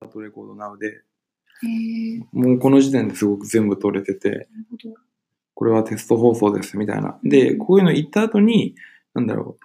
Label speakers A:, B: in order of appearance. A: タートレコードなので、
B: へえ、なる
A: もうこの時点ですごく全部取れてて、
B: ほど。
A: これはテスト放送ですみたいな。で、こういうの行った後に、なんだろう、